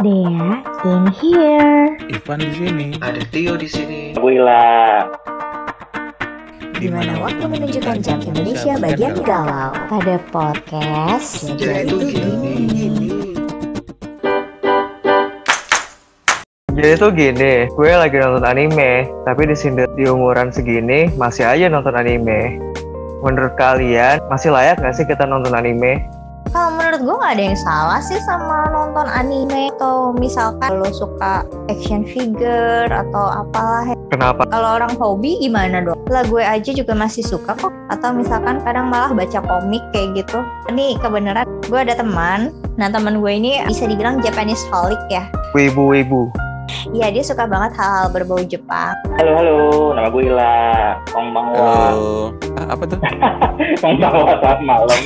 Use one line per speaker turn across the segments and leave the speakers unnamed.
Dea in here.
Ivan di sini.
Ada Tio di sini.
Di mana waktu menunjukkan jam Indonesia bagian galau pada podcast
Jadi itu gini.
Jadi tuh gini, gue lagi nonton anime, tapi disindir di umuran segini masih aja nonton anime. Menurut kalian, masih layak gak sih kita nonton anime?
Kalau menurut gue gak ada yang salah sih sama nonton anime atau misalkan lo suka action figure atau apalah.
Kenapa?
Kalau orang hobi gimana dong? Lah gue aja juga masih suka kok. Atau misalkan kadang malah baca komik kayak gitu. Ini kebenaran gue ada teman. Nah teman gue ini bisa dibilang Japanese holic ya.
Wibu-wibu.
Iya dia suka banget hal-hal berbau Jepang.
Halo halo, nama gue Ila. Kong Bangwa.
Halo. Ah, apa tuh?
Kong Bangwa selamat malam.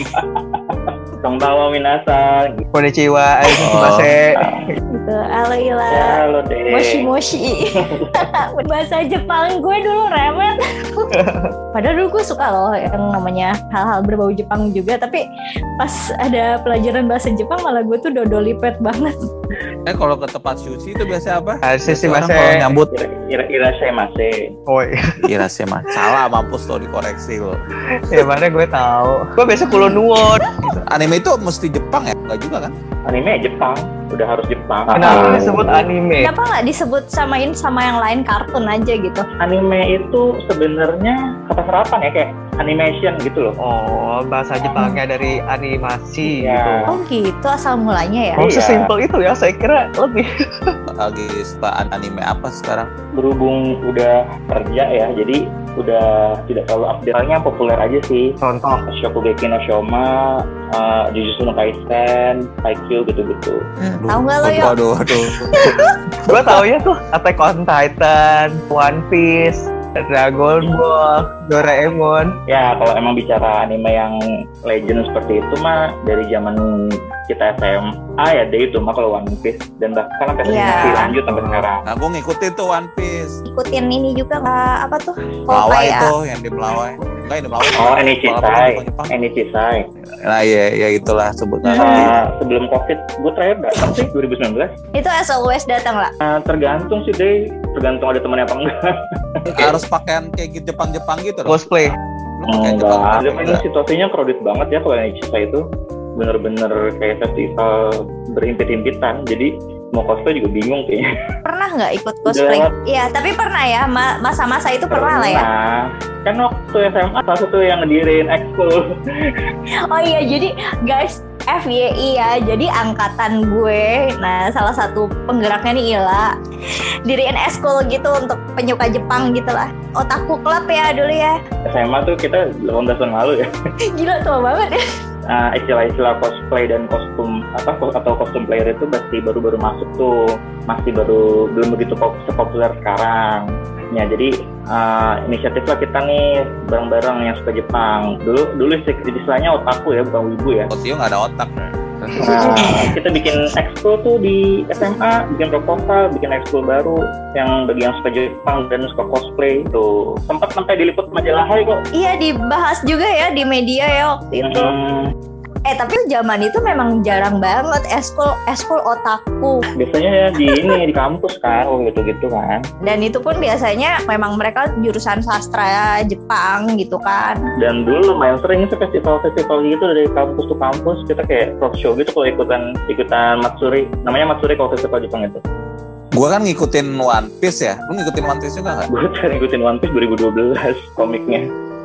Kong Bangwa minasan.
Konnichiwa,
Oh.
aishimase.
Gitu. Halo Ila.
Ya, halo deh.
Moshi moshi Bahasa Jepang gue dulu remet Padahal dulu gue suka loh yang namanya hal-hal berbau Jepang juga Tapi pas ada pelajaran bahasa Jepang malah gue tuh dodolipet banget
Eh kalau ke tempat sushi itu biasa apa? Orang kalau
Aishimase.
nyambut
Kira-kira saya masih.
Woi,
kira mah salah mampus lo dikoreksi lo.
ya mana gue tahu. Gue biasa kulonuwon.
Gitu. Anime itu mesti Jepang ya? Enggak juga kan?
Anime Jepang, udah harus Jepang. Ah.
Kenapa disebut anime?
Kenapa nggak disebut samain sama yang lain kartun aja gitu
Anime itu sebenarnya kata serapan ya kayak animation gitu loh.
Oh, bahasa Jepangnya dari animasi
Iya.
gitu.
Oh gitu asal mulanya ya
Oh,
Iya.
sesimpel itu ya, saya kira lebih.
Lagi sukaan anime apa sekarang?
Berhubung udah kerja ya, jadi udah tidak terlalu update. Soalnya yang populer aja sih.
Contoh,
Shokugeki no Shoma, uh, Jujutsu no Kaisen, Haikyuu gitu-gitu.
Hmm, Tahu nggak lo yo
Waduh, waduh.
gue taunya tuh Attack on Titan, One Piece, Dragon Ball, Doraemon.
Ya, kalau emang bicara anime yang legend seperti itu mah dari zaman kita SMA ya deh itu mah kalau One Piece dan bahkan sampai
Iya.
sekarang masih lanjut sampai sekarang.
Nah, gue ngikutin tuh One Piece.
Ikutin ini juga nggak apa tuh
Melawai
ya
itu yang di Melawai. Enggak, yang di Melawai.
Oh,
Melawai
Enichitai.
bukan Jepang.
Enichitai.
Nah, iya, iya itulah sebut nanti.
Nah, sebelum COVID, gue terakhir datang sih 2019.
Itu as always datang lah
Nah, tergantung sih deh, tergantung ada temennya apa enggak. Hmm.
Harus pakaian kayak gitu Jepang-Jepang gitu loh.
Cosplay.
Oh,
Lu pakaian
Enggak,
Jepang.
Zaman ini situasinya crowded banget ya kalau Enichitai itu bener-bener kayak festival berimpit-impitan. Jadi mau cosplay juga bingung kayaknya.
Pernah nggak ikut cosplay?
Udah.
Iya tapi pernah ya ma- Masa-masa itu pernah lah ya
Kan waktu SMA salah satu yang ngedirin ekskul.
Oh iya, jadi guys FYI ya, jadi angkatan gue, nah salah satu penggeraknya nih Ila, diriin eskul gitu untuk penyuka Jepang gitu lah. Otaku club ya dulu ya,
SMA tuh kita 18 tahun lalu ya.
Eh, gila tua banget ya.
Nah, istilah-istilah cosplay dan kostum apa ko- atau kostum player itu masih baru-baru masuk tuh, masih baru belum begitu pop, populer sekarang. Ya, jadi eh, inisiatif lah kita nih bareng-bareng yang suka Jepang. Dulu dulu sih istilahnya otaku ya, bukan wibu ya.
Otio iya, nggak ada otak.
Nah, kita bikin ekskul tuh di SMA, bikin proposal, bikin ekskul baru yang bagi yang suka Jepang dan suka cosplay tuh sempat sampai diliput majalah Hai kok.
Iya dibahas juga ya di media ya waktu itu.
Hmm,
Eh tapi zaman itu memang jarang banget eskul eskul otaku
biasanya ya di ini di kampus kan, gitu gitu kan.
dan itu pun biasanya memang mereka jurusan sastra Jepang gitu kan.
Dan dulu lumayan sering sih festival-festival gitu dari kampus ke kampus kita kayak roadshow gitu kalau ikutan ikutan matsuri, namanya matsuri kalau festival Jepang itu.
Gue kan ngikutin One Piece ya. Lu ngikutin One Piece juga nggak?
Gue terakhir ngikutin One Piece 2012 komiknya.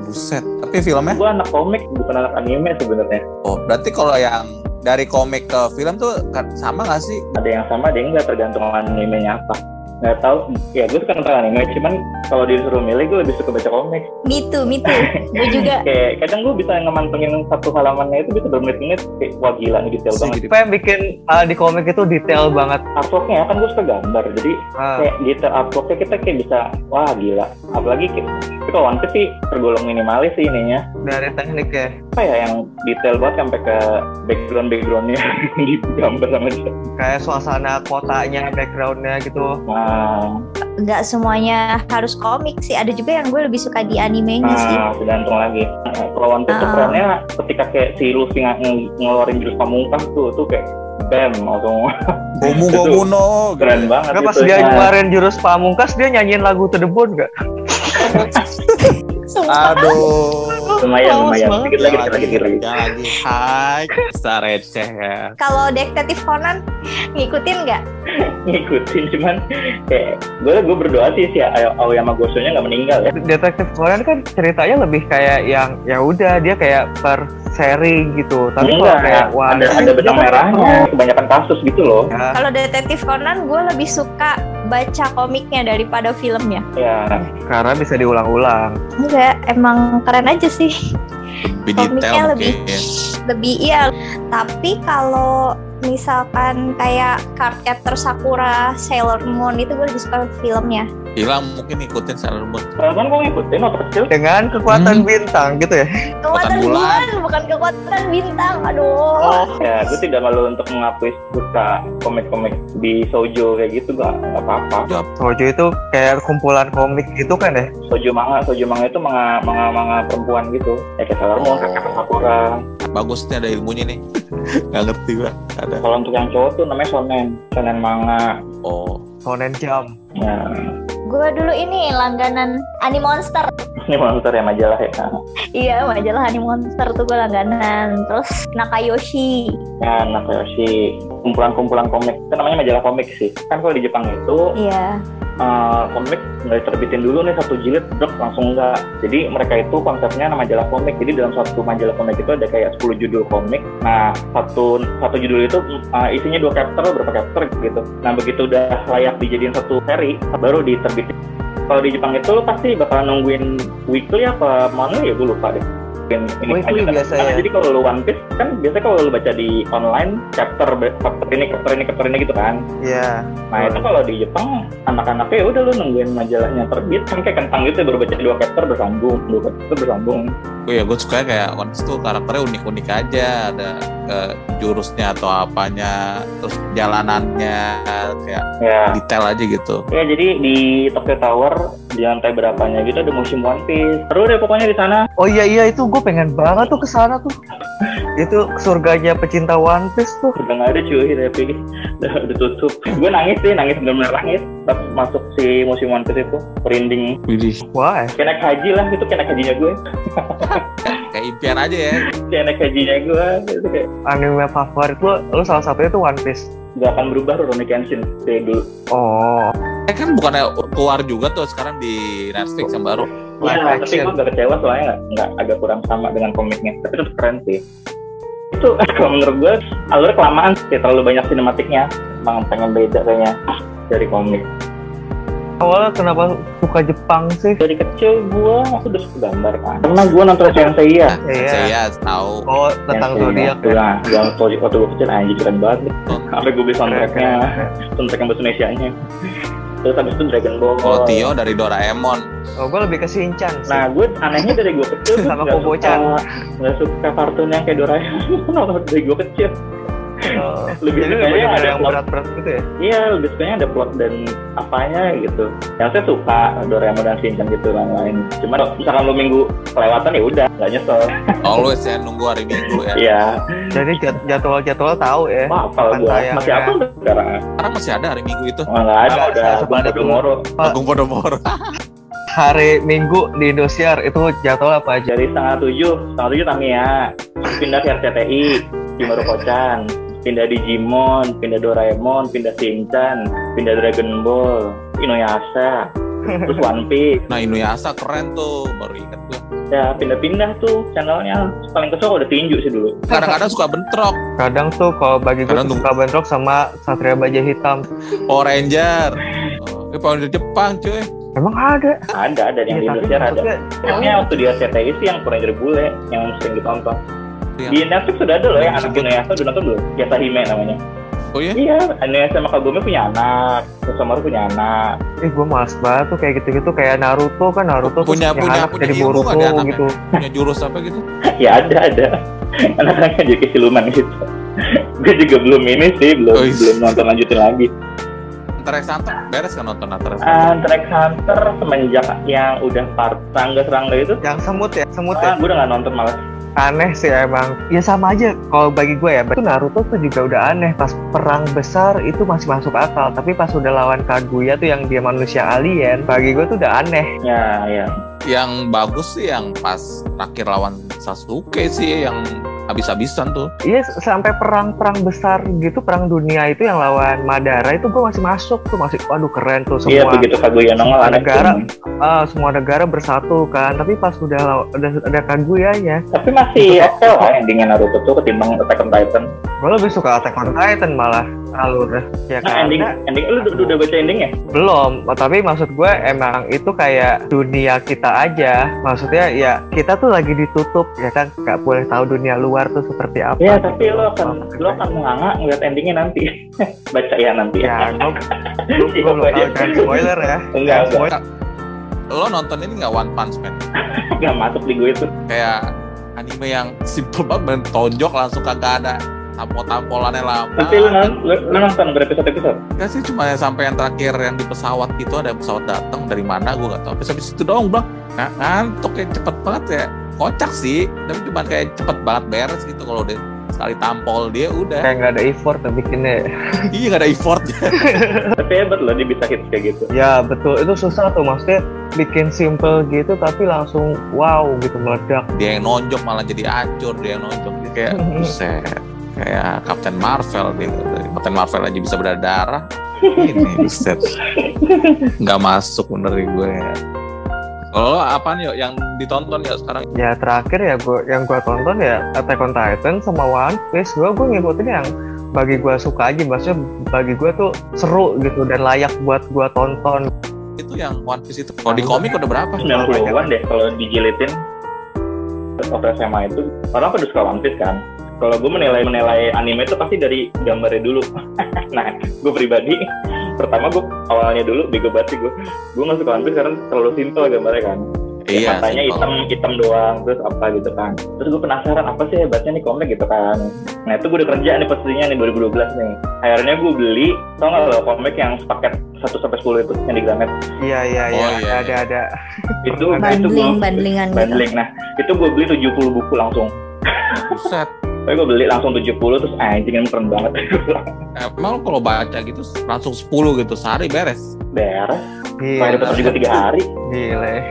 Buset. Tapi filmnya?
Gue anak komik bukan anak anime sebenarnya.
Oh, berarti kalau yang dari komik ke film tuh kan sama nggak sih?
ada yang sama ada yang nggak tergantung animenya apa nggak tahu ya gue suka nonton anime cuman kalau disuruh milih gue lebih suka baca komik
Me too, me too. Gue juga
kayak kadang gue bisa ngemantengin satu halamannya itu bisa bermenit-menit kayak wah gila nih detail banget
Apa yang bikin uh, di komik itu detail banget.
artworknya kan gue suka gambar jadi
Uh,
kayak detail artworknya kita kayak bisa wah gila apalagi kayak tapi kalau One Piece sih tergolong minimalis sih ininya
dari teknik ya.
apa ya yang detail banget sampai ke background backgroundnya di gambar sama dia
Kayak suasana kotanya, backgroundnya gitu.
nah,
nggak semuanya harus komik sih ada juga yang gue lebih suka di animenya Iya sih
Nah, tergantung lagi. Nah, Kalau One Piece tuh
Ah.
kerennya ketika kayak si Luffy ng- ng- ngeluarin jurus pamungkas tuh, tuh kayak bam langsung
Gomu Gomu no.
keren banget
Nggak pas
Gitu
itu.
dia
ya.
Nah,
kemarin jurus pamungkas dia nyanyiin lagu to the bone nggak?
Sumpah.
Aduh.
lumayan
Males
lumayan
banget.
dikit lagi dikit lagi dikit lagi
Jangan lagi. Hai, kita receh ya.
Kalau detektif Conan ngikutin nggak?
ngikutin cuman kayak gue gue berdoa sih si Ao- Aoyama Gosonya nggak meninggal ya
Detektif Conan kan ceritanya lebih kayak yang ya udah dia kayak per seri gitu. Tapi
Iya,
kalau
Enggak,
kayak wah
Iya, ada ada
dia kan
benang
kayak
merahnya kebanyakan kasus gitu loh
per- ya,
Kalau detektif Conan gue lebih suka baca komiknya daripada filmnya.
ya
karena bisa diulang-ulang.
Enggak, emang keren aja sih.
Lebih
Komiknya
detail
lebih.
mungkin.
lebih iya tapi kalau misalkan kayak Cardcaptor Sakura Sailor Moon itu gue lebih suka filmnya
Hilang Iya, mungkin ngikutin Sailor Moon.
kan gue ngikutin waktu kecil
Dengan kekuatan
Hmm.
bintang gitu ya.
kekuatan
bulan.
bulan bukan kekuatan bintang
Oh.
aduh
ya gue tidak malu untuk mengakui suka komik-komik di Sojo kayak gitu gak, nggak apa-apa
Sojo itu kayak kumpulan komik gitu kan ya.
Sojo manga Sojo manga itu manga manga, manga perempuan gitu ya kayak Sailor Moon Kakak Sakura
Bagus nih ada ilmunya nih. Gak ngerti gua. Ada.
kalau untuk yang cowok tuh namanya shonen shonen manga
Oh.
Shonen Jump.
ya
gue dulu ini langganan Ani Monster
ini monster ya majalah ya
iya majalah Ani Monster tuh gue langganan terus Nakayoshi
Ya, Nakayoshi kumpulan-kumpulan komik itu namanya majalah komik sih kan kalau di Jepang itu
iya
eh, komik nggak diterbitin dulu nih satu jilid drop langsung nggak jadi mereka itu konsepnya nama majalah komik jadi dalam satu majalah komik itu ada kayak 10 judul komik nah satu satu judul itu eh, isinya dua chapter berapa chapter gitu nah begitu udah layak dijadiin satu seri baru diterbitin kalau di Jepang itu lo pasti bakal nungguin weekly apa monthly ya gue lupa deh Mungkin ini
Weekly
aja.
biasanya. ya.
Karena jadi kalau lo One Piece kan biasanya kalau lo baca di online chapter chapter ini chapter ini chapter ini gitu kan
Iya.
Nah itu kalau di Jepang anak-anaknya ya udah lu nungguin majalahnya terbit kan kayak kentang gitu ya, baru baca dua chapter bersambung dua chapter bersambung
Oh ya, gue suka kayak Once tuh karakternya unik-unik aja, ada eh, jurusnya atau apanya, terus jalanannya kayak
ya
detail aja gitu.
ya jadi di Tokyo Tower di lantai berapanya gitu ada musim One Piece seru deh pokoknya di sana
Oh iya iya itu gue pengen banget tuh kesana tuh. Itu surganya pecinta One Piece tuh.
udah nggak ada cuy tapi udah, udah tutup gue nangis sih nangis bener-bener nangis pas masuk si musim One Piece itu merinding
Widih.
Wah, eh,
kayak naik haji lah gitu kayak naik hajinya gue
Kayak impian aja ya.
kayak naik hajinya gue itu kayak
anime favorit lo, lo salah satunya tuh One Piece.
gak akan berubah Rurouni Kenshin kayak dulu
Oh,
Eh kan bukannya keluar juga tuh sekarang di Netflix yang baru.
Live
Iya, tapi
action.
gue gak kecewa soalnya nggak- nggak agak kurang sama dengan komiknya. Tapi tetap keren sih. Itu kalau menurut gue alur kelamaan sih terlalu banyak sinematiknya. Emang pengen beda kayaknya dari komik.
awalnya kenapa suka Jepang sih?
Dari kecil gue udah suka gambar kan. Karena gue nonton Sensei ya.
Iya.
Saya Nah, tahu.
Oh, tentang zodiak ya. Oh,
Nah, yang waktu waktu gue kecil anjir keren banget. Sampai gue beli
Keren,
soundtracknya,
keren, keren.
soundtrack yang bahasa Indonesia-nya. Terus habis itu Dragon Ball.
Kalau Tio dari Doraemon.
Oh, gue lebih ke Shinchan sih.
Nah, gue anehnya dari gue kecil
Sama
gak
Kobo-chan.
suka, gak suka kartun yang kayak Doraemon dari gue kecil.
Oh,
lebih
jadi
sukanya
lebih
ada
ada yang
plot.
berat-berat gitu ya.
Iya, lebih sukanya ada plot dan apanya gitu. Yang saya suka Doraemon dan Shinchan gitu dan lain. Cuman kalau misalkan lu minggu kelewatan ya udah, nggak nyesel.
Always ya nunggu hari Minggu ya.
Iya.
Jadi jad- jadwal-jadwal tahu ya.
Wah, kalau
Kapan
gua
tayangnya?
masih apa udah sekarang?
Sekarang masih ada hari Minggu itu.
Oh, nggak ada,
Ada,
udah
saya sempat ada
Domoro.
Pak.
Agung Podomoro.
Hari Minggu di Indosiar itu jadwal apa aja?
Dari setengah tujuh, setengah tujuh Tamiya. Terus Pindah ke RCTI, Jimoro Kocan. Pindah Digimon, pindah Doraemon, pindah Shinchan, pindah Dragon Ball, Inuyasha, terus One Piece.
Nah Inuyasha keren tuh. Baru inget gue.
Ya, pindah-pindah tuh channelnya. Paling kesel udah tinju sih dulu.
Kadang-kadang suka bentrok.
Kadang tuh kalau bagi gue
Kadang
tuh suka bentrok sama Satria Baja Hitam.
Power Ranger. Oh, eh, Power Ranger Jepang cuy.
Emang ada.
Kan Ada, ada yang di
Ya, tapi
Indonesia ada.
maksudnya-
Filmnya waktu di RCTI sih yang kurang bule yang sering ditonton.
Iya.
Di Netflix sudah ada loh
Iya.
yang anak
Disebut.
Indonesia udah nonton belum? Yasahime namanya.
Eh?
Oh iya.
Iya, Indonesia sama Kagome punya anak, Kusamaru punya anak.
Ih gue males banget tuh kayak gitu-gitu kayak Naruto kan Naruto tuh
Punya- punya-
anak
punya
jadi
ilmu
Boruto
ada anaknya.
gitu.
Punya jurus apa gitu.
ya ada ada. Anak-anaknya jadi siluman gitu. Gue juga belum ini sih, belum
Wih.
belum nonton lanjutin lagi.
Antara Santo beres kan nonton Antara Santo.
Ah, Track Hunter semenjak yang udah part tangga serangga itu,
Yang semut ya, semut ya.
ah, gue udah nggak nonton malah.
aneh sih emang ya sama aja kalau bagi gue ya itu Naruto tuh juga udah aneh pas perang besar itu masih masuk akal tapi pas udah lawan Kaguya tuh yang dia manusia alien bagi gue tuh udah aneh
ya ya
yang bagus sih yang pas terakhir lawan Sasuke sih yang habis-habisan tuh
iya s- sampai perang-perang besar gitu perang dunia itu yang lawan Madara itu gue masih masuk tuh masih waduh keren tuh
iya
semua
begitu Kaguya nongol aneh
negara.
tuh.
ah, semua negara bersatu kan tapi pas udah law- udah ada Kaguya ya
tapi masih oke lah endingnya Naruto tuh ketimbang Attack on Titan
gue lebih suka Attack on Titan malah alur ya
nah, ending
karena
ending lu udah, udah baca endingnya
belum Oh, tapi maksud gue emang itu kayak dunia kita aja maksudnya ya kita tuh lagi ditutup ya kan nggak boleh tahu dunia luar tuh seperti apa
ya
gitu.
tapi lo akan lo akan menganga ngeliat endingnya nanti baca ya nanti
ya gue belum
Iya,
tahu
iya.
jangan spoiler ya
enggak enggak
spoiler
lo nonton ini nggak One Punch Man
enggak masuk di gue itu
kayak anime yang simple banget mentonjok langsung kagak ada tampol-tampolannya lama
tapi lu, non- Ah, lu, lu nonton berepisode episode
Gak sih cuma yang sampai yang terakhir yang di pesawat itu ada pesawat datang dari mana gue gak tahu. Terus habis itu doang bang. Nah, ngantuk ya cepet banget ya. Kocak sih, tapi cuma kayak cepet banget beres gitu kalau udah sekali tampol dia udah.
kayak nggak ada effort tuh bikinnya
Iya gak ada effortnya.
tapi hebat loh dia bisa hits kayak gitu
ya betul itu susah tuh maksudnya bikin simple gitu tapi langsung wow gitu meledak
Dia yang nonjok malah jadi acur, dia yang nonjok dia kayak buset. Kayak Captain Marvel gitu. Captain Marvel aja bisa berdarah. Ini buset. Gak masuk bener gue. Kalau lo apaan yuk yang ditonton ya sekarang?
ya terakhir ya gua yang gua tonton ya Attack on Titan sama One Piece gua gua ngikutin yang bagi gua suka aja maksudnya bagi gua tuh seru gitu dan layak buat gua tonton
itu yang One Piece itu kalau di komik udah berapa?
Oh, 90-an deh kalau dijilitin waktu SMA itu orang pada suka One Piece kan kalau gue menilai menilai anime itu pasti dari gambarnya dulu nah gue pribadi pertama gue awalnya dulu bego banget sih gue gue nggak suka One Piece karena terlalu simpel gambarnya kan
Iya,
Ya, matanya
sih,
hitam
kalau-
hitam doang terus apa gitu kan terus gue penasaran apa sih hebatnya nih komik gitu kan nah itu gue udah kerja nih pastinya nih 2012 nih akhirnya gue beli tau gak lo komik yang sepaket 1 sampai 10 itu yang di Gramet
iya iya
Oh,
iya
iya,
ada ada
itu Nah, itu gue
bandling bandlingan gitu
bundling nah itu gue beli 70 buku langsung
Buset.
tapi gue beli langsung 70 terus ah, anjing ini keren banget
Emang kalau baca gitu langsung 10 gitu sehari beres.
beres
gila
Bayar dapat juga tiga hari
gile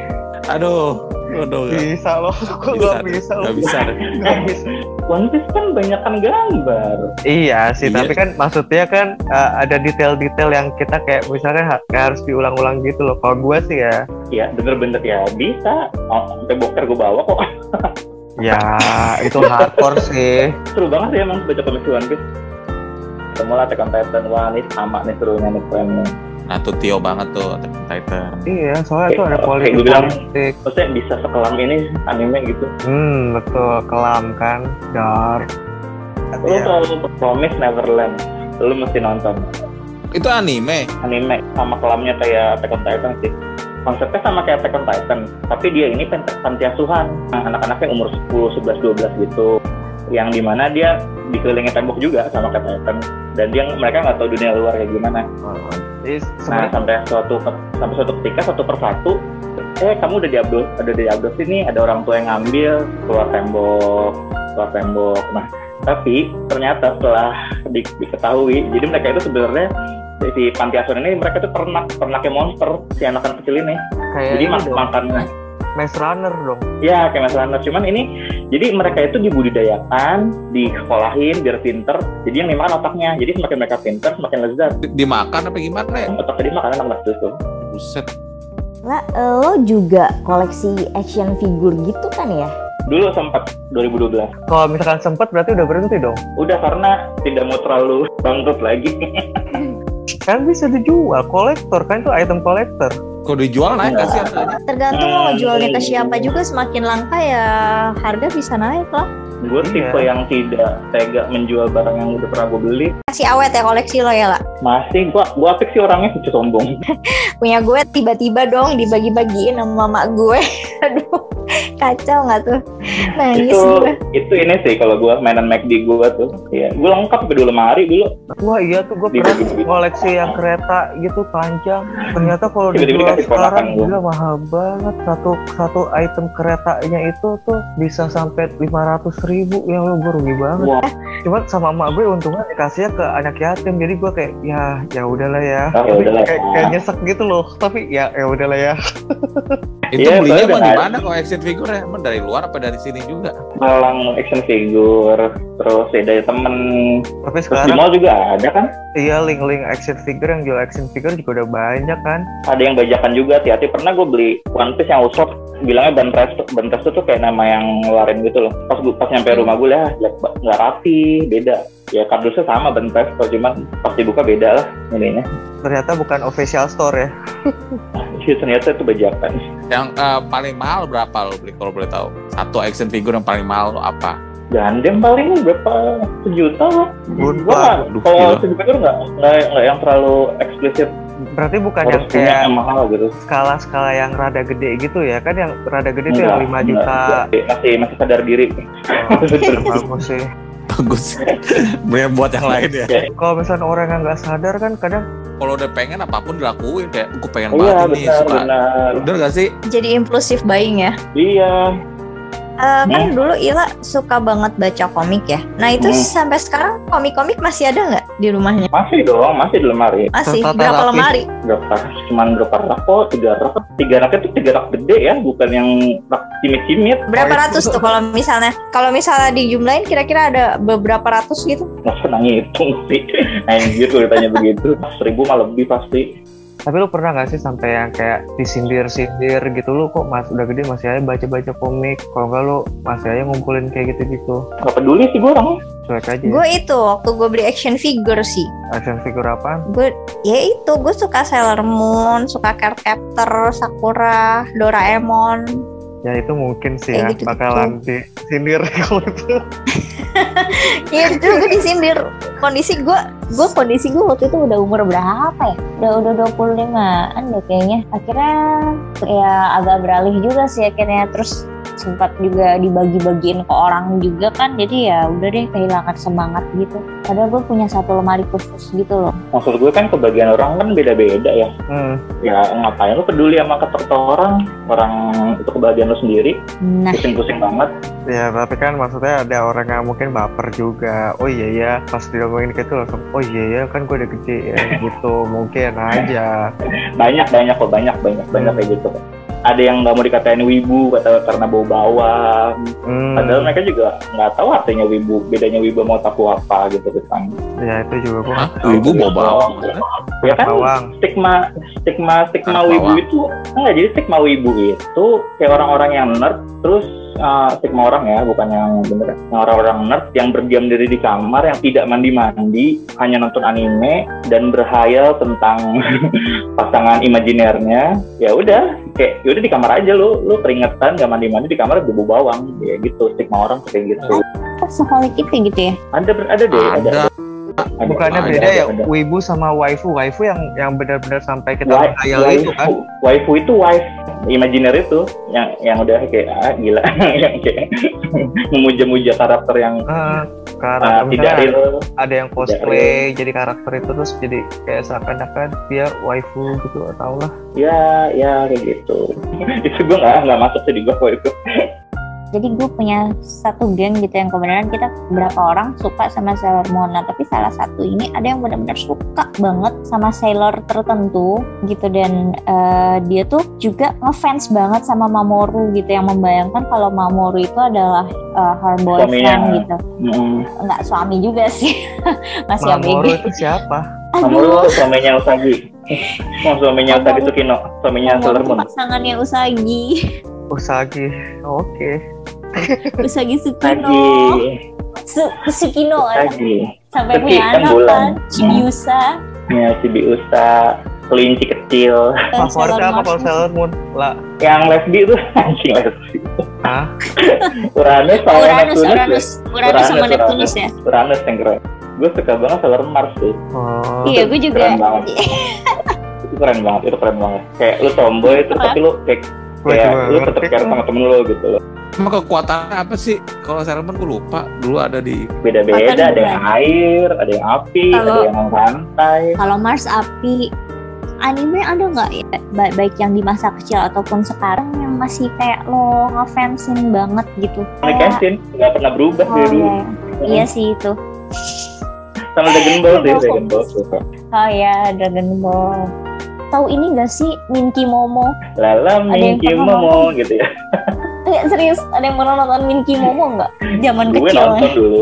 Aduh, aduh, gak
bisa loh kok
Iya. bisa,
gak bisa
gak bisa. deh.
Nggak bisa.
One Piece kan banyakan gambar
iya sih
Iya.
tapi kan maksudnya kan uh, ada detail-detail yang kita kayak misalnya ha- kayak harus diulang-ulang gitu loh kalau gua sih ya
ya bener-bener ya bisa oh, sampai boker gue bawa kok
ya itu hardcore sih
seru banget sih emang baca komik One Piece ketemu lah Attack on Titan wah ini sama nih serunya nih kerennya
Nah tuh Tio banget tuh Attack on Titan.
iya soalnya itu ada
Kayak- kayak
politik
gua bilang.
politik
maksudnya bisa sekelam ini anime gitu
Hmm, betul. Kelam kan, dark.
lu
Iya.
kalau Promise Neverland lu mesti nonton
Itu anime.
anime sama kelamnya kayak Attack on Titan sih konsepnya sama kayak Attack on Titan tapi dia ini pen- panti asuhan Nah, anak-anaknya umur 10, 11, 12 gitu yang dimana dia dikelilingi tembok juga sama kayak Titan dan dia mereka nggak tahu dunia luar kayak gimana
Jadi
Nah,
sebenarnya
sampai suatu sampai suatu ketika satu persatu eh kamu udah diabdos ada diabdos ini ada orang tua yang ngambil keluar tembok keluar tembok nah tapi ternyata setelah di- diketahui jadi mereka itu sebenarnya si panti asuhan ini mereka itu ternak ternaknya monster si anak-anak kecil ini
kayak
jadi
ini
mak-
dong,
makan
Maze Runner dong.
Ya, kayak masalah anak. Cuman ini, jadi mereka itu dibudidayakan, dikolahin, biar pinter. Jadi yang dimakan otaknya. Jadi semakin mereka pinter, semakin lezat.
Di- Dimakan apa gimana ya?
Otaknya dimakan anak-anak itu.
Buset.
Lah, lo juga koleksi action figure gitu kan ya?
Dulu sempat 2012.
Kalau misalkan sempat berarti udah berhenti dong.
Udah karena tidak mau terlalu bangkrut lagi.
Kan bisa dijual, kolektor kan itu item kolektor.
Kalau dijual naik gak sih harganya?
tergantung
Nah,
lo jualnya
gitu.
ke siapa juga semakin langka ya harga bisa naik lah
gue tipe yang tidak tega menjual barang yang udah pernah gue beli.
masih awet ya koleksi lo ya lah
Masih gue gue apik sih orangnya cucu sombong.
punya gue tiba-tiba dong dibagi-bagiin sama mama gue aduh
Kacau nggak tuh? Nangis
itu
gue.
itu ini sih kalau gue mainan MacD gue tuh ya gue lengkap sampai dulu lemari dulu
Wah iya tuh gue pernah
tiba-tiba
koleksi yang kereta gitu panjang. Ternyata kalau
Tiba-tiba
dijual
dikasih ponakan
sekarang
gua.
gila mahal banget satu satu item keretanya itu tuh bisa sampai 500.000 ribu ya lo gue rugi banget.
wah
Cuman sama emak gue untungnya dikasihnya ke anak yatim jadi gue kayak ya ya udahlah ya.
Ah, ya udahlah
Kayak, kayak nyesek gitu loh tapi ya ya udahlah ya.
Itu
Iya,
belinya
soalnya
emang
ada-
gimana kok action figure ya? Emang dari luar apa dari sini juga?
malang action figure terus ya dari temen
Tapi
terus di
sekarang
mall juga ada kan
iya link-link action figure yang jual action figure juga udah banyak kan.
ada yang bajakan juga hati-hati pernah gue beli One Piece yang usop bilangnya ban presto ban presto tuh kayak nama yang ngeluarin gitu loh pas gue pas nyampe
Hmm.
rumah gue lah jelek ba- nggak rapi beda ya kardusnya sama ban presto cuman pas dibuka beda lah ininya
Ternyata bukan official store ya.
Ih, ternyata itu bajakan
Yang eh, paling mahal berapa lo beli kalau boleh tahu? Satu action figure yang paling mahal lo apa?
gandem paling berapa sejuta lah gue
Bukan.
aduh,
kalau
gila.
sejuta nggak nggak nggak yang terlalu eksplisit
Berarti bukan
harus
yang
punya
kayak
yang mahal gitu
skala-skala yang rada gede gitu ya kan yang rada gede itu yang 5 juta
enggak. masih masih sadar diri
bagus sih
Bagus. Beli yang buat yang lain ya.
Iya,
kalau misalnya orang yang nggak sadar kan kadang
Kalau udah pengen apapun dilakuin kayak aku pengen
iya
banget ini
benar
suka.
benar
Bener gak sih?
Jadi impulsif buying ya.
iya
Eh, kan
Hmm.
dulu Ila suka banget baca komik ya. Nah itu
Hmm.
sampai sekarang komik-komik masih ada nggak di rumahnya?
masih dong masih di lemari
Masih
Tata
berapa
rapi.
lemari?
berapa cuman berapa rak kok tiga rak tiga rak itu tiga rak gede ya bukan yang rak cimit cimit
Berapa
Oh, itu-
ratus tuh kalau misalnya kalau misalnya dijumlahin kira-kira ada beberapa ratus gitu?
nggak pernah ngitung sih Nah, anjir kalau ditanya begitu seribu mah lebih pasti
tapi lu pernah nggak sih sampai yang kayak disindir-sindir gitu lu kok mas udah gede masih aja baca-baca komik kalau nggak lu masih aja ngumpulin kayak gitu-gitu
nggak peduli sih gue orang
cuek aja ya.
Gue itu waktu gue beli action figure sih.
action figure apaan
Gue ya itu gue suka Sailor Moon, suka Cardcaptor, Sakura, Doraemon.
ya itu mungkin sih ya
Kayak gitu-gitu.
bakalan disindir kalau itu
Iya itu gue disindir. Kondisi gue
Gue kondisi gue waktu itu udah umur berapa ya? Udah udah 25-an deh kayaknya. Akhirnya ya agak beralih juga sih akhirnya. Terus sempat juga dibagi-bagiin ke orang juga kan jadi ya udah deh kehilangan semangat gitu padahal gue punya satu lemari khusus gitu loh
maksud gue kan kebagian orang kan beda beda ya
hmm.
ya ngapain lu peduli sama kata orang orang itu kebagian lu sendiri
nah
pusing pusing banget
Ya tapi kan maksudnya ada orang yang mungkin baper juga Oh iya ya pas diomongin gitu langsung Oh iya ya kan gue udah gede ya gitu Mungkin aja
banyak banyak kok banyak banyak banyak kayak gitu ada yang nggak mau dikatain wibu kata karena bau bawang
hmm,
padahal mereka juga nggak tahu artinya wibu bedanya wibu mau tahu apa gitu kan
Ya itu juga gue
Hah? Ibu bawa bawa.
ya kan
bawang
stigma stigma stigma
Anak
wibu
bawang.
itu enggak jadi stigma wibu itu kayak orang-orang yang nerd terus eh, stigma orang ya bukan yang bener Yang orang-orang nerd yang berdiam diri di kamar yang tidak mandi-mandi hanya nonton anime dan berhayal tentang pasangan imajinernya ya udah kayak ya udah di kamar aja lu lu keringetan gak mandi-mandi di kamar bubuk bawang ya gitu stigma orang tuh kayak gitu
seholik itu gitu ya
ada ber- ada deh ada,
Ah, Ada.
ada.
Bukannya
Ada,
beda
ada,
ya
ada.
wibu sama waifu Waifu yang yang benar-benar sampai kita
Wa-
menghayal itu kan
waifu- Waifu itu wife, imajiner itu yang yang udah kayak ah, gila, yang kayak memuja-muja karakter yang
Eh,
ah,
Karena
tidak
misalnya
real.
ada yang cosplay jadi karakter itu terus jadi kayak seakan-akan kan dia waifu gitu tau lah
Ya, ya kayak gitu. itu gue nggak nggak masuk sih di gue waifu.
jadi gue punya satu geng gitu yang kebenaran kita berapa orang suka sama Sailor Moon Nah, tapi salah satu ini ada yang benar-benar suka banget sama Sailor tertentu gitu dan eh, dia tuh juga ngefans banget sama Mamoru gitu yang membayangkan kalau Mamoru itu adalah eh, her boyfriend
Suaminya.
gitu
Hmm.
nggak suami juga sih masih
Mamoru
ABG
itu siapa?
aduh
Mamoru suaminya Usagi. Oh, suaminya Usagi itu Kino, suaminya ya, Sailor
Mamoru
Moon.
pasangannya Usagi
Usagi Oke
Usagi
Usagi,
Tsukino Su-
Oh,
Tsukino kan?
Usagi.
sampai
Tapi
punya
kan
anak
bulan.
kan Chibiusa
Ya, Shibiusa, kelinci kecil,
dan
Favoritnya apa kalau
Moon.
Sailor Moon? Lah
yang lesbi itu anjing lesbi.
Hah?
Uranus sama
Uranus, Uranus,
Neptunus.
Uranus
Uranus,
sama
Uranus.
Neptunus ya.
Uranus yang keren. Gue suka banget Sailor Mars tuh.
Oh,
Iya, gue
Keren
juga.
banget. itu keren banget, itu keren banget. Kayak lu tomboy terus tapi lu kayak
Gue cuma
kayak Iya, lu tetap
ngerti
care sama temen lu gitu loh
Emang kekuatannya apa sih? Kalau Sailor Moon gue lupa. Dulu ada di
Makan
beda-beda ada yang air ada yang api ada
Kalau-
yang rantai
Kalau Mars api anime ada nggak ya Ba- baik yang di masa kecil ataupun sekarang yang masih kayak lo ngefansin banget gitu.
Sonic
Kayak-
Asin nggak pernah berubah
oh,
kan? dari dulu
iya. iya sih itu.
sama Dragon Ball sih
Iya,
Dragon Ball suka
Oh ya Dragon Ball. Tahu ini gak sih Minky Momo?
lalam
Ada yang
Minky
pernah
Momo gitu ya
Eh, serius, ada yang pernah nonton Minky Momo nggak? Zaman
gue
kecil.
nonton dulu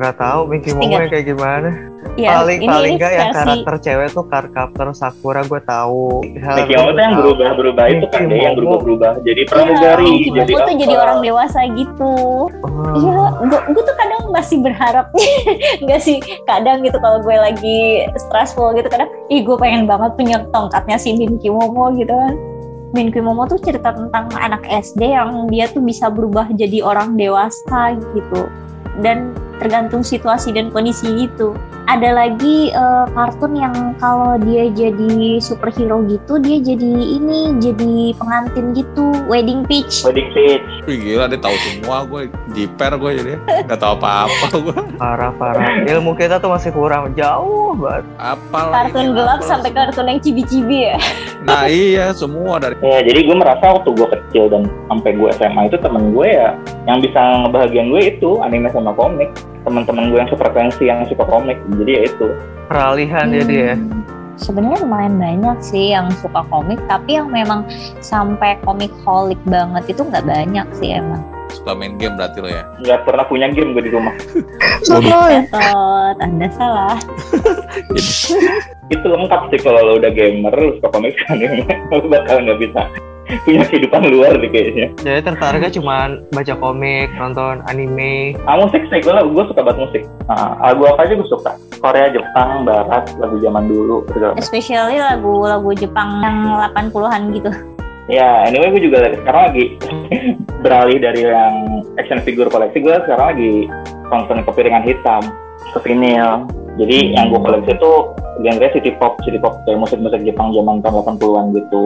nggak tahu Minky Momo
Tinggal.
yang kayak gimana.
Ya,
paling paling nggak yang
versi-
karakter cewek tuh car Captor Sakura gue tahu.
Minky Momo tuh yang berubah-berubah itu kan
Minky
dia yang
Momo.
berubah-berubah jadi
Iya,
pramugari
Minky
jadi
Momo tuh jadi
apa.
orang dewasa gitu.
Oh.
Iya, gue tuh kadang masih berharap nggak sih kadang gitu kalau gue lagi stressful gitu kadang ih gue pengen banget punya tongkatnya si Minky Momo gitu kan Minky Momo tuh cerita tentang anak SD yang dia tuh bisa berubah jadi orang dewasa gitu dan tergantung situasi dan kondisi itu ada lagi eh, kartun yang kalau dia jadi superhero gitu dia jadi ini jadi pengantin gitu wedding peach
Wedding Page
Wih gila dia tahu semua gue jiper gue jadi nggak tahu apa-apa gue
parah parah. Ilmu kita tuh masih kurang jauh banget.
apalah
kartun
ini,
gelap
apalah
sampai
semua.
kartun yang cibi-cibi ya
nah iya semua dari
ya jadi gue merasa waktu gue kecil dan sampai gue SMA itu temen gue ya yang bisa ngebahagian gue itu anime sama komik teman-teman gue yang sepretensi yang suka komik jadi ya itu kan
Peralihan jadi ya.
Hmm, Sebenarnya lumayan banyak sih yang suka komik, tapi yang memang sampai komik holik banget itu nggak banyak sih emang.
suka main game berarti lo ya
nggak pernah punya game gue di rumah
Hmm. Gatot, anda salah.
itu lengkap sih kalau lo udah gamer lo suka komik anime lo bakal nggak bisa punya kehidupan luar deh kayaknya
Jadi tertariknya cuma baca komik, nonton anime.
ah musik sih gue gue suka banget musik ah lagu apa aja gue suka Korea Jepang Barat lagu zaman dulu segala macam.
Especially lagu-lagu Jepang yang 80-an gitu.
ya anyway gue juga lagi- sekarang lagi beralih dari yang action figure koleksi gue sekarang lagi konten ke piringan hitam ke vinyl jadi yang gue koleksi itu genre city pop city pop kayak musik-musik Jepang zaman tahun 80-an gitu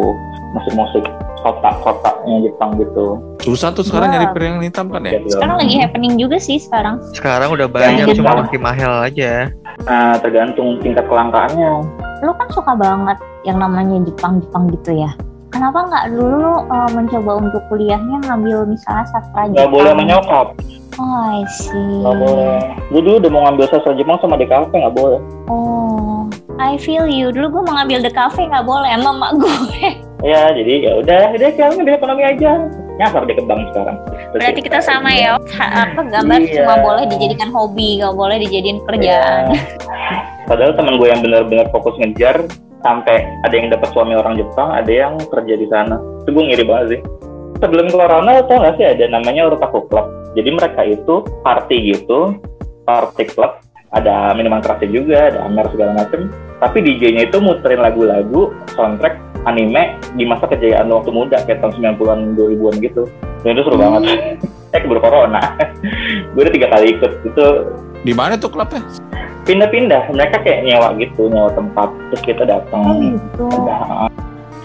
musik-musik kota-kotanya Jepang gitu
susah tuh
Wah.
sekarang nyari piringan hitam kan ya
Iya.
Sekarang lagi happening juga sih sekarang.
Sekarang udah banyak,
Yang
cuma
kita-
makin mahal aja.
Nah, tergantung tingkat kelangkaannya.
Lu kan suka banget yang namanya Jepang-Jepang gitu ya. Kenapa nggak dulu lu, eh, mencoba untuk kuliahnya ngambil misalnya sastra
Nggak
Jepang?
boleh menyokap,
Oh, I see.
nggak boleh. Gue dulu udah mau ngambil sastra Jepang sama DKV nggak boleh.
Oh, I feel you. Dulu gue mau ngambil the cafe nggak boleh, mama gue.
Ya, jadi ya udah, udah sekarang ngambil ekonomi aja. Nyasar deh ke bank sekarang. Terus
Berarti
ya,
kita sama ya. Ha- apa gambar
Iya.
cuma boleh dijadikan hobi, nggak boleh dijadiin kerjaan.
Iya. Padahal teman gue yang benar-benar fokus ngejar sampai ada yang dapat suami orang Jepang, ada yang kerja di sana. Itu gue ngiri banget sih. Sebelum corona tau gak sih ada namanya Otaku Club. Jadi mereka itu party gitu, party club. Ada minuman kerasnya juga, ada amer segala macem. Tapi DJ-nya itu muterin lagu-lagu, soundtrack, anime di masa kejayaan waktu muda kayak tahun 90-an 2000-an gitu. Dan itu seru banget. Eh keburu corona. gue udah tiga kali ikut. Itu
di mana tuh klubnya
pindah-pindah mereka kayak nyewa gitu nyewa tempat terus kita
Oh
datang
gitu.
Ada-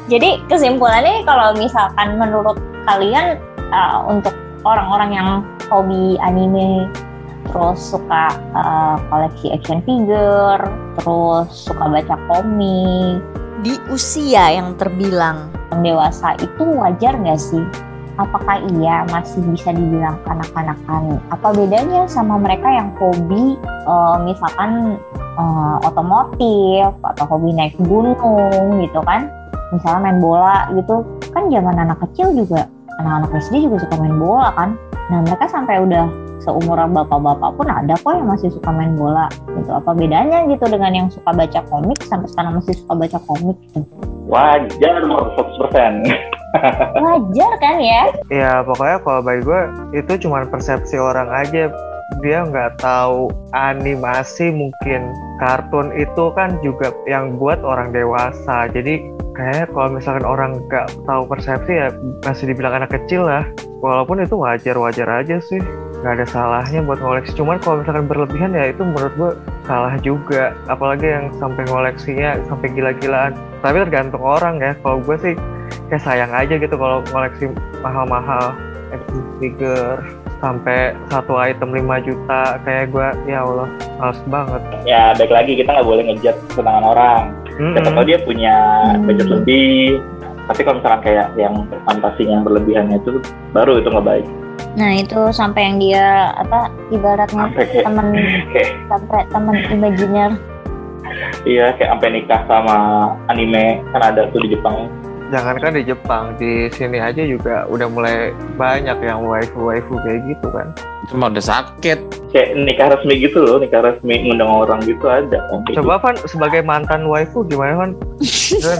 Jadi kesimpulannya kalau misalkan menurut kalian uh, untuk orang-orang yang hobi anime, terus suka uh, koleksi action figure, terus suka baca komik,
di usia yang terbilang
yang dewasa itu wajar nggak sih? Apakah iya masih bisa dibilang kanak-kanakan? Apa bedanya sama mereka yang hobi eh, misalkan eh, otomotif atau hobi naik gunung gitu kan? Misalnya main bola gitu kan zaman anak kecil juga anak-anak SD juga suka main bola kan? Nah mereka sampai udah seumur bapak-bapak pun ada kok yang masih suka main bola gitu. Apa bedanya gitu dengan yang suka baca komik sampai sekarang masih suka baca komik gitu?
wajar 100%
Wajar kan ya?
Ya pokoknya kalau bagi gue itu cuma persepsi orang aja dia nggak tahu animasi mungkin kartun itu kan juga yang buat orang dewasa jadi kayak kalau misalkan orang nggak tahu persepsi ya masih dibilang anak kecil lah walaupun itu wajar-wajar aja sih nggak ada salahnya buat ngoleksi cuman kalau misalkan berlebihan ya itu menurut gue salah juga apalagi yang sampai ngoleksinya sampai gila-gilaan tapi tergantung orang ya kalau gue sih kayak sayang aja gitu kalau koleksi mahal-mahal action figure sampai satu item 5 juta kayak gua ya Allah males banget
ya baik lagi kita nggak boleh ngejat kesenangan orang siapa
Hmm.
tahu
Mm-mm.
dia punya budget lebih tapi kalau misalkan kayak yang fantasinya yang berlebihannya itu baru itu nggak baik
Nah itu sampai yang dia apa ibaratnya
sampai kayak
temen
kayak-
sampai temen imajiner
iya kayak sampai nikah sama anime kan ada tuh di Jepang
jangankan di Jepang di sini aja juga udah mulai banyak yang waifu waifu kayak gitu kan
itu mah udah sakit
kayak nikah resmi gitu loh nikah resmi ngundang orang gitu ada kan
coba Van sebagai mantan waifu gimana Van Gimana, Van?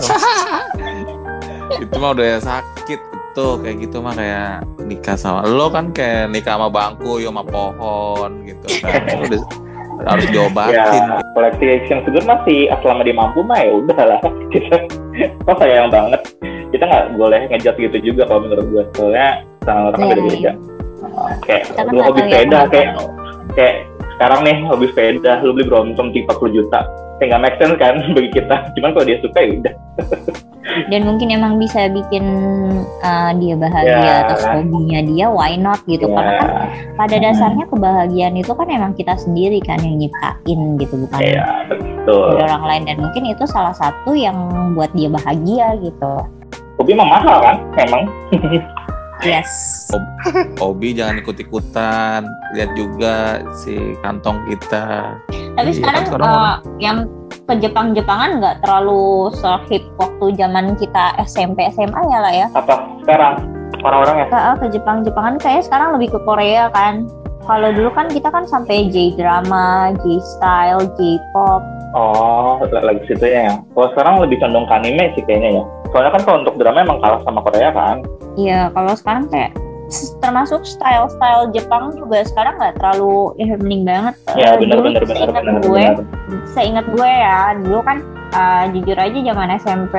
itu mah udah sakit itu kayak gitu mah kayak nikah sama lo kan kayak nikah sama bangku yo sama pohon gitu kan Itu udah harus diobatin
ya koleksi action figure masih ah, selama dia mampu mah ya udahlah kita kok sayang banget kita nggak boleh ngejat gitu juga kalau menurut gue soalnya sama orang
Iya,
beda beda kayak
Kita kan
lu
nggak
hobi
tahu ya
sepeda
kenapa.
kayak kayak sekarang nih hobi sepeda lu beli Brompton tipe 40 juta kayak nggak make sense kan bagi kita cuman kalau dia suka ya udah
dan mungkin emang bisa bikin uh, dia bahagia
Ya.
atas hobinya dia why not gitu karena kan
ya,
pada dasarnya kebahagiaan itu kan emang kita sendiri kan yang nyiptain gitu bukan
Iya.
ya, betul
dari orang lain dan mungkin itu salah satu yang buat dia bahagia gitu
hobi emang mahal kan emang
yes
hobi jangan ikut-ikutan lihat juga si kantong kita
tapi
Iya,
sekarang
kan
eh,
sekarang orang-
yang ke Jepang-Jepangan nggak terlalu sehip waktu zaman kita SMP SMA ya lah ya
apa sekarang orang-orang ya
ke, eh, ke Jepang-Jepangan kayaknya sekarang lebih ke Korea kan kalau dulu kan kita kan sampai J drama, J style, J pop.
Oh, l- lagi situ ya. Kalau sekarang lebih condong ke anime sih kayaknya ya. Soalnya kan kalau untuk drama emang kalah sama Korea kan.
Iya, kalau sekarang kayak s- termasuk style style Jepang juga sekarang nggak terlalu ya, bening banget.
Ya
Eh,
benar
dulu
benar benar
seingat
benar
gue,
benar.
seingat gue ya dulu kan uh, jujur aja zaman SMP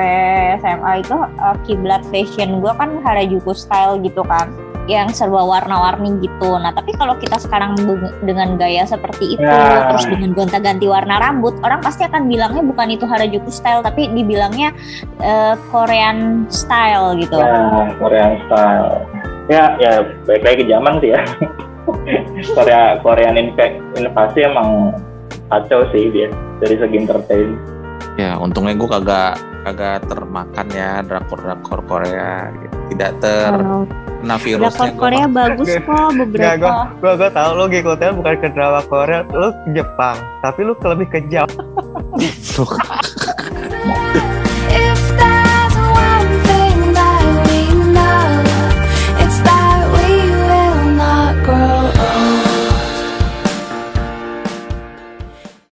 SMA itu uh, kiblat fashion gue kan Harajuku style gitu kan yang serba warna-warni gitu. Nah tapi kalau kita sekarang deng- dengan gaya seperti itu
Ya.
terus dengan gonta-ganti warna rambut orang pasti akan bilangnya bukan itu Harajuku style tapi dibilangnya uh, Korean style gitu.
Nah, Korean style. Ya ya baik baik ke zaman sih ya. Korea Korean inve- inovasi emang kacau sih dia dari segi entertain.
ya untungnya gue kagak kagak termakan ya drakor drakor Korea gitu. tidak
Oh.
terkena virusnya
Hmm. Drakor
gua
Korea bagus kok
Nggak, gua,
beberapa.
gua, gua tau lo ngikutin bukan ke drama Korea, lo ke Jepang, tapi lo lebih ke Jepang.
masuk.